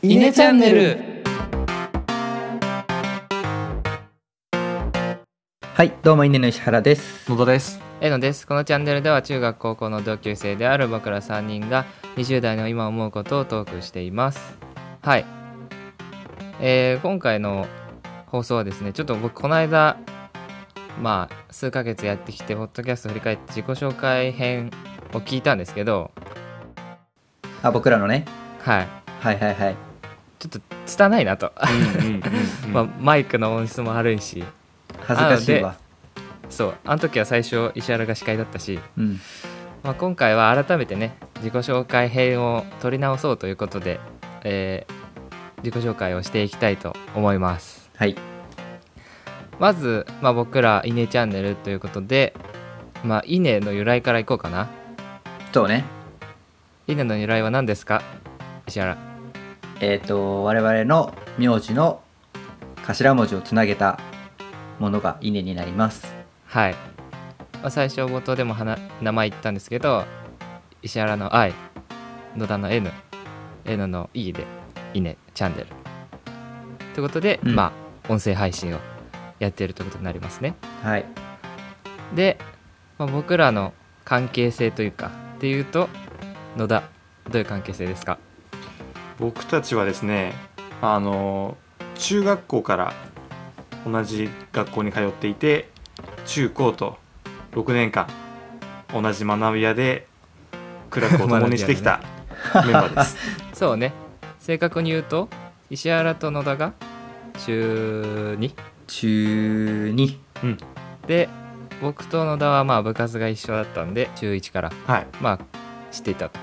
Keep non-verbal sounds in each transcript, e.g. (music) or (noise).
イネチャンネルはいどうもイネの石原です野田ですえのですこのチャンネルでは中学高校の同級生である僕ら3人が20代の今思うことをトークしていますはいえー、今回の放送はですねちょっと僕この間まあ数ヶ月やってきてポッドキャスト振り返って自己紹介編を聞いたんですけどあ僕らのねはいはいはいはいちょっと拙いなと、まま (laughs) あ、マイクの音質も悪いし恥ずかしいわそうあの時は最初石原が司会だったしうんまあ、今回は改めてね自己紹介編を取り直そうということで、えー自己紹介をしていきたいと思いますはいまず、まあ、僕ら「イネチャンネル」ということで、まあ、イネの由来からいこうかなそうねイネの由来は何ですか石原えっ、と我々の名字の頭文字をつなげたものが稲になりますはい、まあ、最初冒頭でも話名前言ったんですけど石原の I 野田の N N の E でイネチャンネルということで、うんまあ音声配信をやっているということになりますねはいで、まあ、僕らの関係性というかっていうと野田どういう関係性ですか僕たちはですねあの中学校から同じ学校に通っていて中高と6年間同じ学び屋で苦楽を共にしてきたメンバーです、そうね正確に言うと石原と野田が中2中2で僕と野田はまあ部活が一緒だったんで中1からはいまあ知っていたと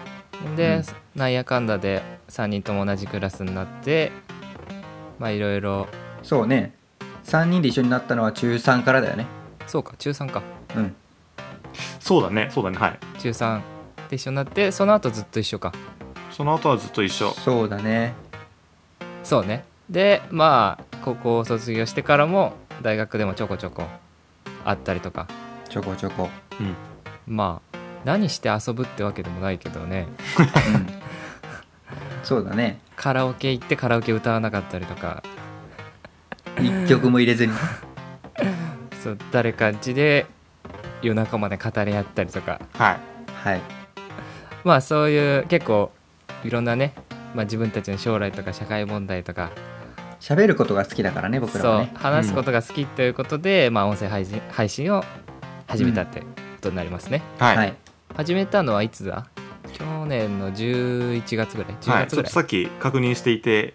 で、なんやかんだで3人とも同じクラスになってまあいろいろそうね3人で一緒になったのは中3からだよねそうか中3かうんそうだねそうだねはい中3で一緒になってその後ずっと一緒かその後はずっと一緒そうだねそうねでまあ高校を卒業してからも大学でもちょこちょこあったりとかちょこちょこ、うんまあ何して遊ぶってわけでもないけどねうん、そうだねカラオケ行ってカラオケ歌わなかったりとか一曲も入れずにそう誰かんちで夜中まで語り合ったりとかはいはいまあそういう結構いろんなね、まあ、自分たちの将来とか社会問題とか、喋ることが好きだからね僕らはそうね話すことが好きということで、まあ、音声配信配信を始めたってことになりますね、はい、はい始めたのはいつだ去年の11月ぐらい10はい月ちぐょらっとい、さっき確認していて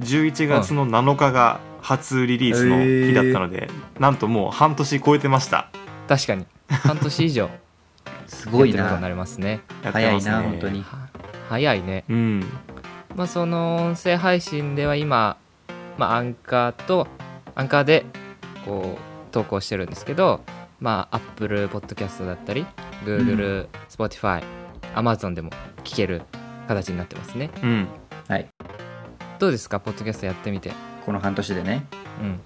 11月の7日が初リリースの日だったので、なんともう半年超えてました確かに半年以上やってするごこといにななりますねやって早まいすねな本当には早いねうんまあその音声配信では今、まあ、アンカーとアンカーでこう投稿してるんですけどまあ Apple Podcast だったり Google、Spotify、Amazon でも聞ける形になってますねうんはいどうですかポッドキャストやってみてこの半年でねうん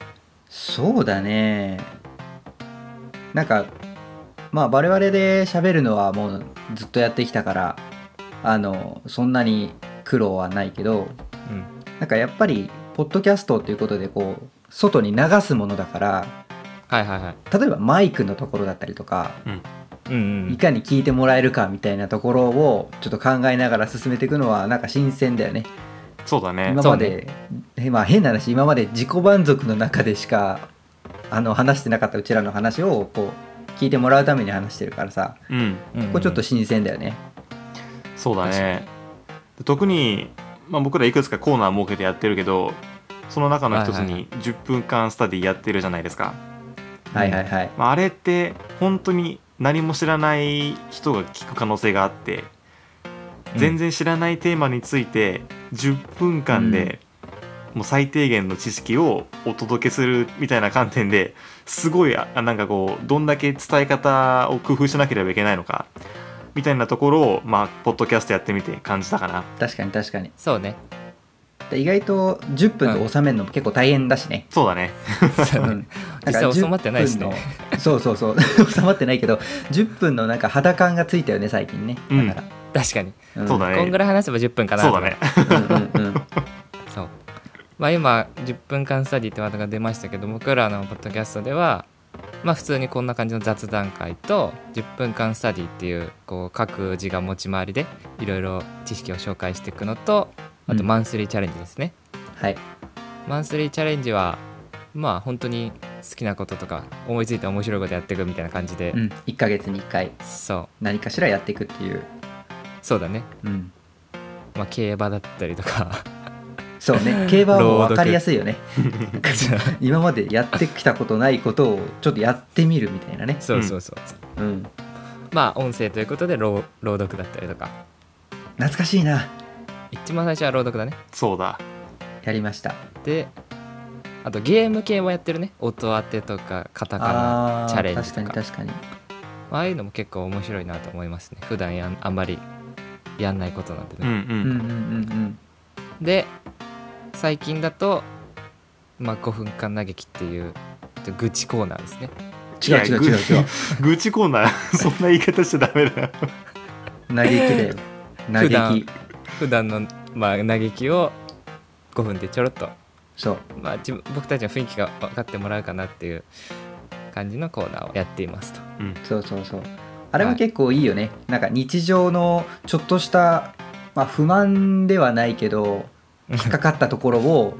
そうだねなんかまあ我々で喋るのはもうずっとやってきたからあのそんなに苦労はないけどうんなんかやっぱりポッドキャストっていうことでこう外に流すものだからはいはいはい例えばマイクのところだったりとかうんうんいかに聞いてもらえるかみたいなところをちょっと考えながら進めていくのはなんか新鮮だよねそうだね今まで、えまあ、変な話今まで自己満足の中でしかあの話してなかったうちらの話をこう聞いてもらうために話してるからさうんうんここちょっと新鮮だよね、そうだね特に、まあ、僕らいくつかコーナー設けてやってるけどその中の一つはいはいはに10分間スタディやってるじゃないですか、はいはいはい、まあ、あれって本当に何も知らない人が聞く可能性があって全然知らないテーマについて10分間でもう最低限の知識をお届けするみたいな観点ですごいあなんかこうどんだけ伝え方を工夫しなければいけないのかみたいなところをまあポッドキャストやってみて感じたかな確かに確かにそうねで意外と10分で収めるのも結構大変だしね、 (laughs) そうだねそうね実際収まってないしね10分のそうそうそう (laughs) 収まってないけど10分のなんか肌感がついたよね最近ねだから、確かにうんそうだ (laughs) ねこんぐらい話せば10分かなそうだねうんうんうんまあ、今10分間スタディってワードが出ましたけど僕らのポッドキャストでは、まあ、普通にこんな感じの雑談会と10分間スタディっていうこう各自が持ち回りでいろいろ知識を紹介していくのとあとうんマンスリーチャレンジですね、はいマンスリーチャレンジはまあ本当に好きなこととか思いついて面白いことやっていくみたいな感じで、うん、1ヶ月に1回そう何かしらやっていくっていう、そうだね、うん、まあ、競馬だったり (laughs) とかそうね競馬はもう朗分読かりやすいよね今までやってきたことないことをちょっとやってみるみたいなね、そうそうそう、うん、まあ音声ということで朗朗読だったりとか懐かしいな一番最初は朗読だねそうだやりましたであとゲーム系もやってるね音当てとかカタカナあーチャレンジとか確かに確かにああいうのも結構面白いなと思いますね普段やんあんまりやんないことなんでうんね、ううんうんんうんで最近だと、まあ、5分間嘆きっていうちょっと愚痴コーナーですね違う違う違う違う (laughs) 愚痴コーナーそんな言い方しちゃダメだよ (laughs) 嘆きだよ (laughs) 普嘆段き普段のまあ、嘆きを5分でちょろっと、そうまあ、自分僕たちの雰囲気が分かってもらうかなっていう感じのコーナーをやっていますとうんそうそうそうあれは結構いいよね、なんか日常のちょっとした、まあ、不満ではないけど引っかかったところを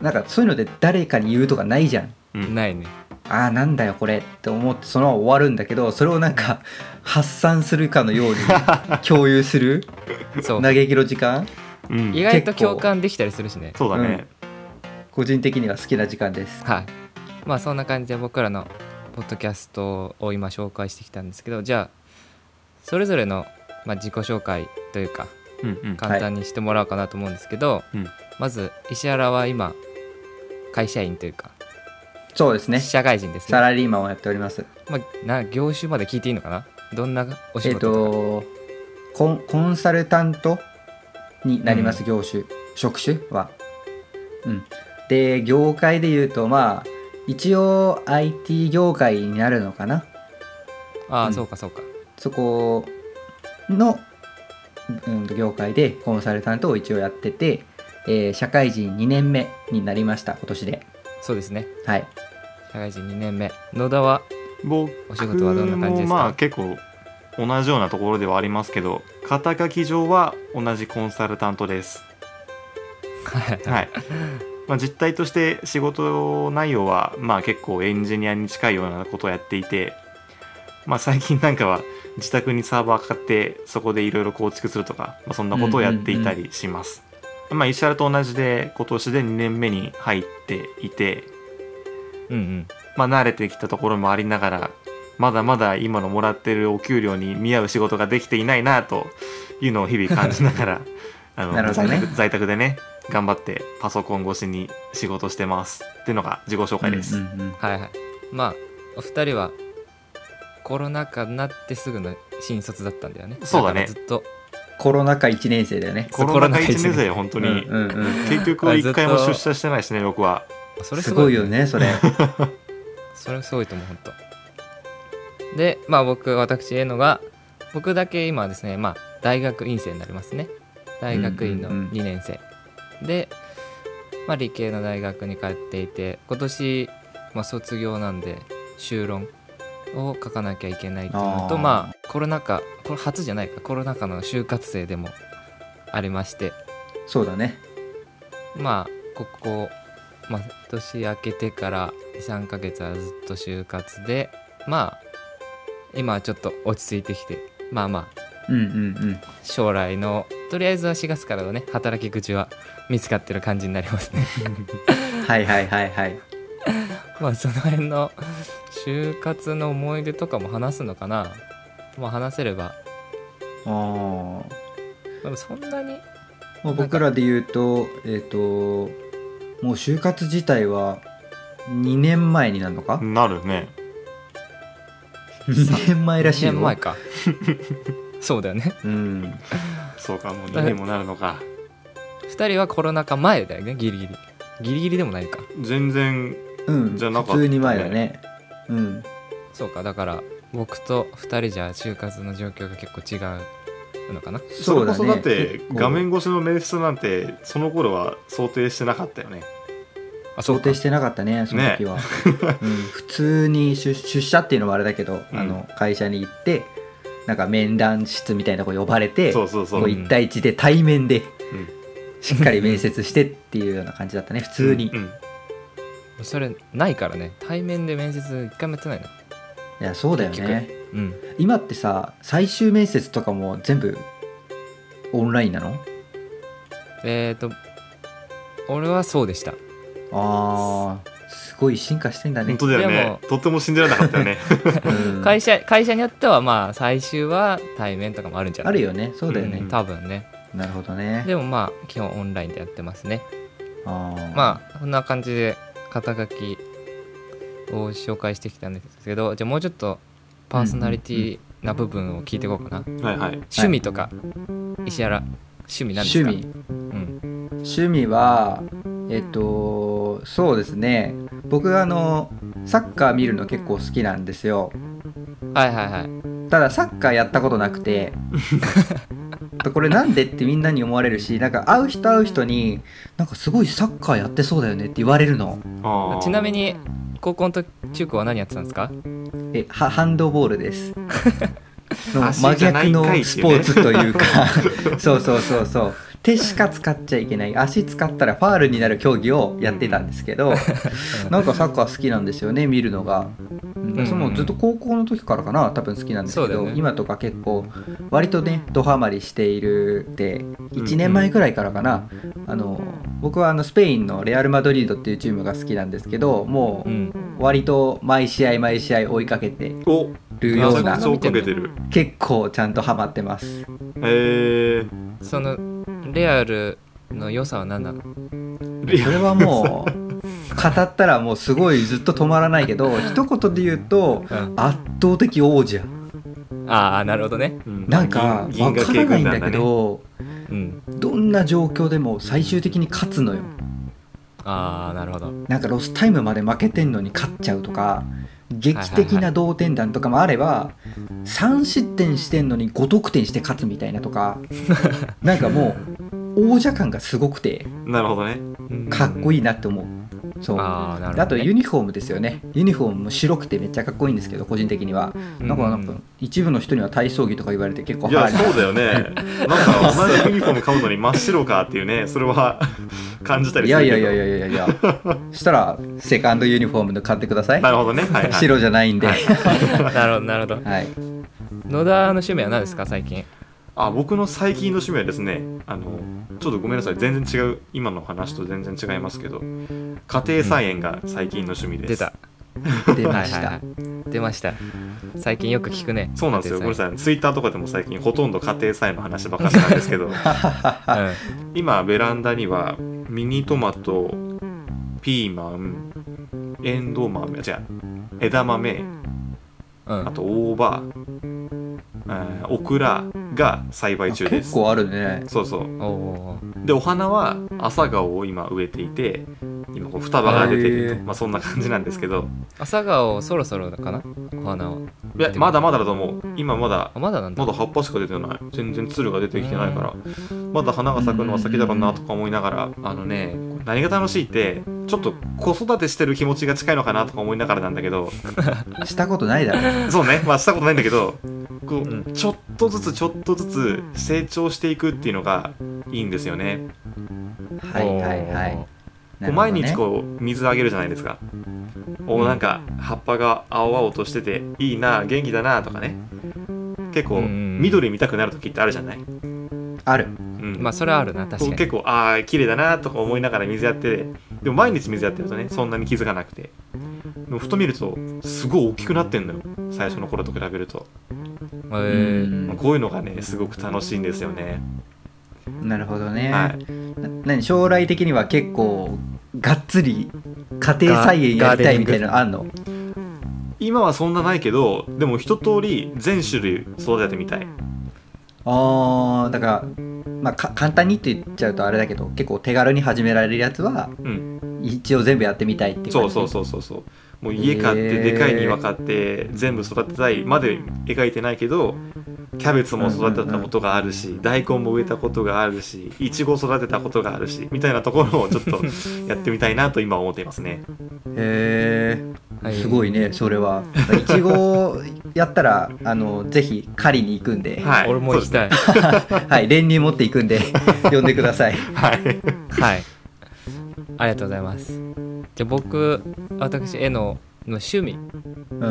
なんかそういうので誰かに言うとかないじゃんうんないねああなんだよこれって思ってそのまま終わるんだけどそれをなんか発散するかのように (laughs) 共有するそう嘆きの時間うん意外と結構共感できたりするしねそうだね、個人的には好きな時間ですはいまあそんな感じで僕らのポッドキャストを今紹介してきたんですけどじゃあそれぞれの、まあ、自己紹介というかうんうん簡単にしてもらおうかなと思うんですけど、うんまず石原は今会社員というか、そうですね社会人ですサね、ラリーマンをやっておりますまあ、な業種まで聞いていいのかなどんなおえ仕っ、事とか、とコンコンサルタントになります、業種職種は。うん、で業界で言うとまあ一応 IT 業界になるのかなああ、うんそうかそうかそこの、うん、業界でコンサルタントを一応やってて、えー社会人2年目になりました今年で。そうですねはい、社会人2年目野田は僕お仕事はどんな感じですかもまあ結構同じようなところではありますけど肩書き上は同じコンサルタントですはい、 (laughs) まあ、実態として仕事内容はまあ結構エンジニアに近いようなことをやっていて、まあ、最近なんかは自宅にサーバー買ってそこでいろいろ構築するとか、まあ、そんなことをやっていたりします、まあ、石原と同じで今年で2年目に入っていて、 (laughs) うんうんまあ、慣れてきたところもありながらまだまだ今のもらってるお給料に見合う仕事ができていないなというのを日々感じな (laughs) がらあのなるほど在ね宅在宅でね頑張ってパソコン越しに仕事してますっていうのが自己紹介です、うんうんうんはいはいまあお二人はコロナ禍になってすぐの新卒だったんだよねそうだかねらずっとコロナ禍1年生だよね。コロナ禍コロナ禍1一年年生生本当うんに、うんうん結局は1回も出社してないしね僕はそれすすごごいいよねそれ。それすごいと思う本当でまあ僕私えのが僕だけ今はですねまあ大学院生になりますね大学院のうんうんうん2年生、で、まあ、理系の大学に通っていて今年、まあ、卒業なんで修論を書かなきゃいけないっていうのとあーまあコロナ禍これ初じゃないかコロナ禍の就活生でもありましてそうだね。まあここ、まあ、年明けてから23ヶ月はずっと就活でまあ今はちょっと落ち着いてきてまあまあうんうんうん。将来のとりあえずは4月からのね働き口は見つかってる感じになりますね (laughs) はいはいはいはい。まあその辺の就活の思い出とかも話すのかなまあ話せればあーでもそんなにまあ、僕らで言うと、えっ、と、もう就活自体は2年前になるのか、なるね ?2 年前らしいよ。 2年 (laughs) 前かそうだよねうん。そうかもう2年もなるのか2人はコロナ禍前だよねギリギリギリギリでもないか全然うん。じゃなかった普通に前だね。うん。そうかだから僕と2人じゃ就活の状況が結構違うのかなそれこそだって結構画面越しのメンスなんてその頃は想定してなかったよねあそう想か定してなかったねその時は、うん普通に出出社っていうのもあれだけど、うんあの会社に行ってなんか面談室みたいなとこ呼ばれてそうそうそこうう一対一で対面でんしっかり面接してっていうような感じだったね普通に、ういんそれないからね対面で面接一回もやってないのやそうだよね結うん今ってさ最終面接とかも全部オンラインなのえっ、ー、と俺はそうでしたあーすごい進化してんだね本、当だよでねもとっても信じられなかっ (laughs) たよねうん会社会社によってはまあ最終は対面とかもあるんじゃなあいるよねそうだよね、うん多分ねなるほどねでもまあ基本オンラインでやってますねあーまあそんな感じで肩書きを紹介してきたんですけどじゃあもうちょっとパーソナリティな部分を聞いていこうかな、はいはい趣味とか、石原趣味なんです趣か味うん、趣味はえっとそうですね僕あのサッカー見るの結構好きなんですよはいはいはいただサッカーやったことなく (laughs) てこれなんでってみんなに思われるしなんか会う人会う人になんかすごいサッカーやってそうだよねって言われるのあーちなみに高校の時中高は何やってたんですかえはハンドボールですの足真じゃな逆いんかいのってスいうポねーツと (laughs) いうかそうそうそうそう手しか使っちゃいけない足使ったらファールになる競技をやってたんですけどなんかサッカー好きなんですよね見るのが、うんうんそのずっと高校の時からかな多分好きなんですけそうど、だよね今とか結構割とねドハマりしているで1年前くらいからかな、あの僕はあのスペインのレアル・マドリードっていうチームが好きなんですけどもううん割と毎試合毎試合追いかけておるめよちうゃなくちゃ追っかけてる結構ちゃんとハマってますえー、そのレアルの良さは何なのいやそれはもう語ったらもうすごいずっと止まらないけど一言で言うとうん圧倒的王者ああなるほどねうんなんか銀わ銀河か系らない軍ん団だだけねどうんどんな状況でも最終的に勝つのよああなるほどなんかロスタイムまで負けてんのに勝っちゃうとか劇的な同点弾とかもあれば3失点してんのに5得点して勝つみたいなとかなんかもう王者感がすごくてなるほどねかっこいいいなって思うそうああなるほど、ね、あとユニフォームですよねユニフォームも白くてめっちゃかっこいいんですけど個人的にはなんかなんか一部の人には体操着とか言われて結構いやハードそうだ (laughs) よねなんか同じユニフォーム買うのに真っ白かっていうねそれは感じたりいするやけいどやいやいやいやいやそしたらセカンドユニフォームの買ってくださいなるほどねはい、はい、白じゃないんでは (laughs) なるほどなるほどい野田の趣味は何ですか最近あ僕の最近の趣味はですねあのちょっとごめんなさい全然違う今の話と全然違いますけど家庭菜園が最近の趣味です、出た出ました、はいはいはい、出ました最近よく聞くねそうなんですよごめんなささいツイッターとかでも最近ほとんど家庭菜園の話ばかりなんですけどい、 (laughs) 今ベランダにはミニトマトピーマンエンドウ豆違う枝豆うんうあん、と大葉、えーオクラが栽培中で結す構あるねそうそうおおでお花は朝顔を今植えていて今こう双葉が出てると、へーまあ、そんな感じなんですけど朝顔そろそろかなお花はいやまだまだだと思う今まだあまだなんだまだ葉っぱしか出てない全然つるが出てきてないからまだ花が咲くのは先だろうなとか思いながらあのね何が楽しいってちょっと子育てしてる気持ちが近いのかなとか思いながらなんだけどしたことないだろそうねまあしたことないんだけどこう、うんちょっとずつちょっとずつ成長していくっていうのがいいんですよねはいはいはいおなるーこうほど毎ね日こう水あげるじゃないですか、おなんか葉っぱが青々としてていいな元気だなとかね結構うんうん緑見たくなる時ってあるじゃない、あるうんまあそれはあるなこ確うかに結構ああ綺麗だなとか思いながら水やってでも毎日水やってるとねそんなに気づかなくてでもふと見るとすごい大きくなってんのよ最初の頃と比べると、えうー、んこういうのがねすごく楽しいんですよね、なるほどね、はいな何将来的には結構がっつり家庭菜園やりたいみたいなのあんの今はそんなないけどでも一通り全種類育ててみたいあーだから、まあ、か簡単にって言っちゃうとあれだけど結構手軽に始められるやつはうん一応全部やってみたいっていうそう感じそうそうそうそうもう家買ってへーでかい庭買って全部育てたいまで描いてないけどキャベツも育てたことがあるし、大根も植えたことがあるしいちご育てたことがあるしみたいなところをちょ (laughs) っとやってみたいなと今思っていますねへえはい、すごいねそれはいちごやったらあのぜひ狩りに行くんでははい俺も行きた (laughs) い、い、練乳持っていくんで呼んでくださいはいはいありがとうございますじゃあ僕私絵のの趣味うんう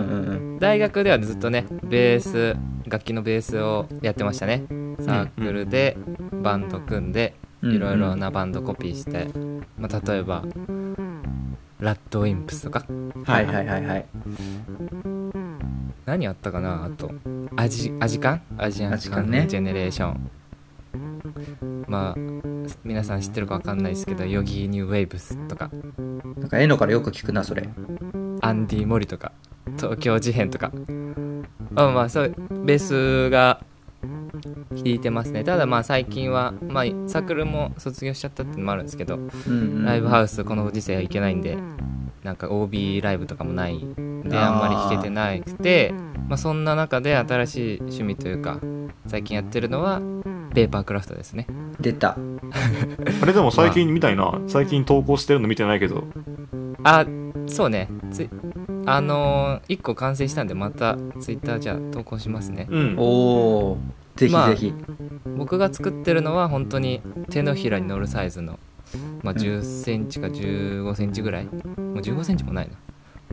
ん大学ではずっとねベース楽器のベースをやってましたねサークルでバンド組んでうんいろいろなバンドコピーして、まあ、例えばラッドウィンプスとかはいはいはいはい何あったかなあとアジアジカンアジアンアジカカンンねジェネレーション、まあ皆さん知ってるかわかんないですけどヨギーニューウェイブスとかなんか絵のからよく聞くなそれアンディ・モリとか東京事変とかあまあそうベースが弾いてますねただまあ最近は、まあ、サークルも卒業しちゃったってのもあるんですけどうんうんライブハウウスこのご時世はいけないんでなんか OB ライブとかもないんであーあんまり弾けてなくてまあ、そんな中で新しい趣味というか最近やってるのはペーパークラフトですね出たあれでも最近みたいな最近投稿してるの見てないけどあそうねついあのー、1個完成したんでまたツイッターじゃあ投稿しますねうんおおぜひまあぜひ、僕が作ってるのは本当に手のひらに乗るサイズの、まあ、うん10センチか15センチぐらいもう15センチもないな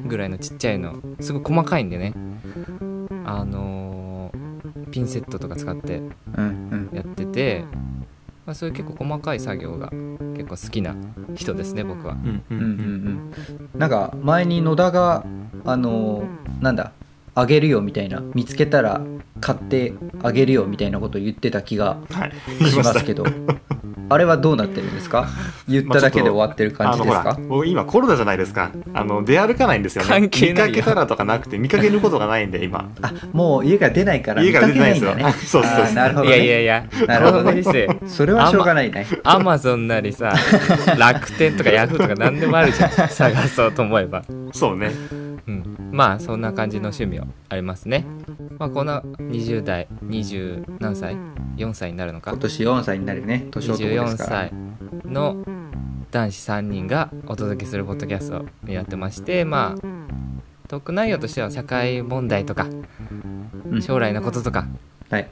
ぐらいのちっちゃいのすごい細かいんでねあのーピンセットとか使ってうんやってて、まあ、そういう結構細かい作業が結構好きな人ですね僕はうんううんんうんううんんうんなんか前に野田があのなんだあげるよみたいな見つけたら買ってあげるよみたいなことを言ってた気がはいしますけどあれはどうなってるんですか言っただけで終わってる感あじのでほすらかもう今コロナじゃないですかあの出歩かないんですよね関係ないよ見かけたらとかなくて見かけることがないんで今あもう家から出ないから家見からか出けてなないんいでんすだねよそうそうあーなるほそどうねいやいやいやなるほどねこのご時世それはしょうがないねアマゾンなりさ楽天とかヤフーとか何でもあるじゃん探そうと思えばそうねうん、まあそんな感じの趣味はありますね。まあこの20代20何歳 ?4 歳になるのか今年4歳になるね年男で24すから歳の男子3人がお届けするポッドキャストになってましてまあトーク内容としては社会問題とかうん将来のこととかはい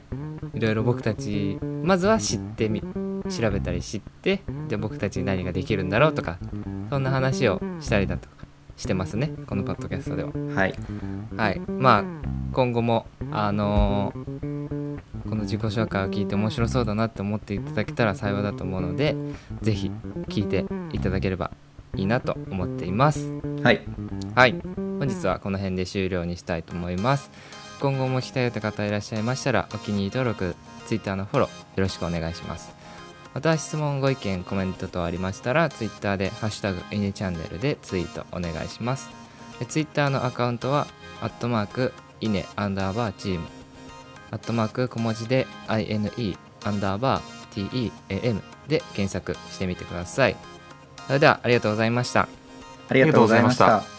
いろいろ僕たちまずは知ってみ調べたり知ってじゃあ僕たちに何ができるんだろうとかそんな話をしたりだとかしてますねこのポッドキャストでは。はいはい、まあ今後もあのーこの自己紹介を聞いて面白そうだなって思っていただけたら幸いだと思うのでぜひ聞いていただければいいなと思っていますはいはい本日はこの辺で終了にしたいと思います今後も来たよという方いらっしゃいましたらお気に入り登録 Twitter のフォローよろしくお願いしますまた質問ご意見コメント等ありましたら Twitter で「ハッシュタグイネチャンネル」でツイートお願いしますで Twitter のアカウントはアットマークイネアンダーバーチームアットマーク小文字で INE アンダーバー TEAM で検索してみてくださいそれではありがとうございましたありがとうございましありがとうございましたた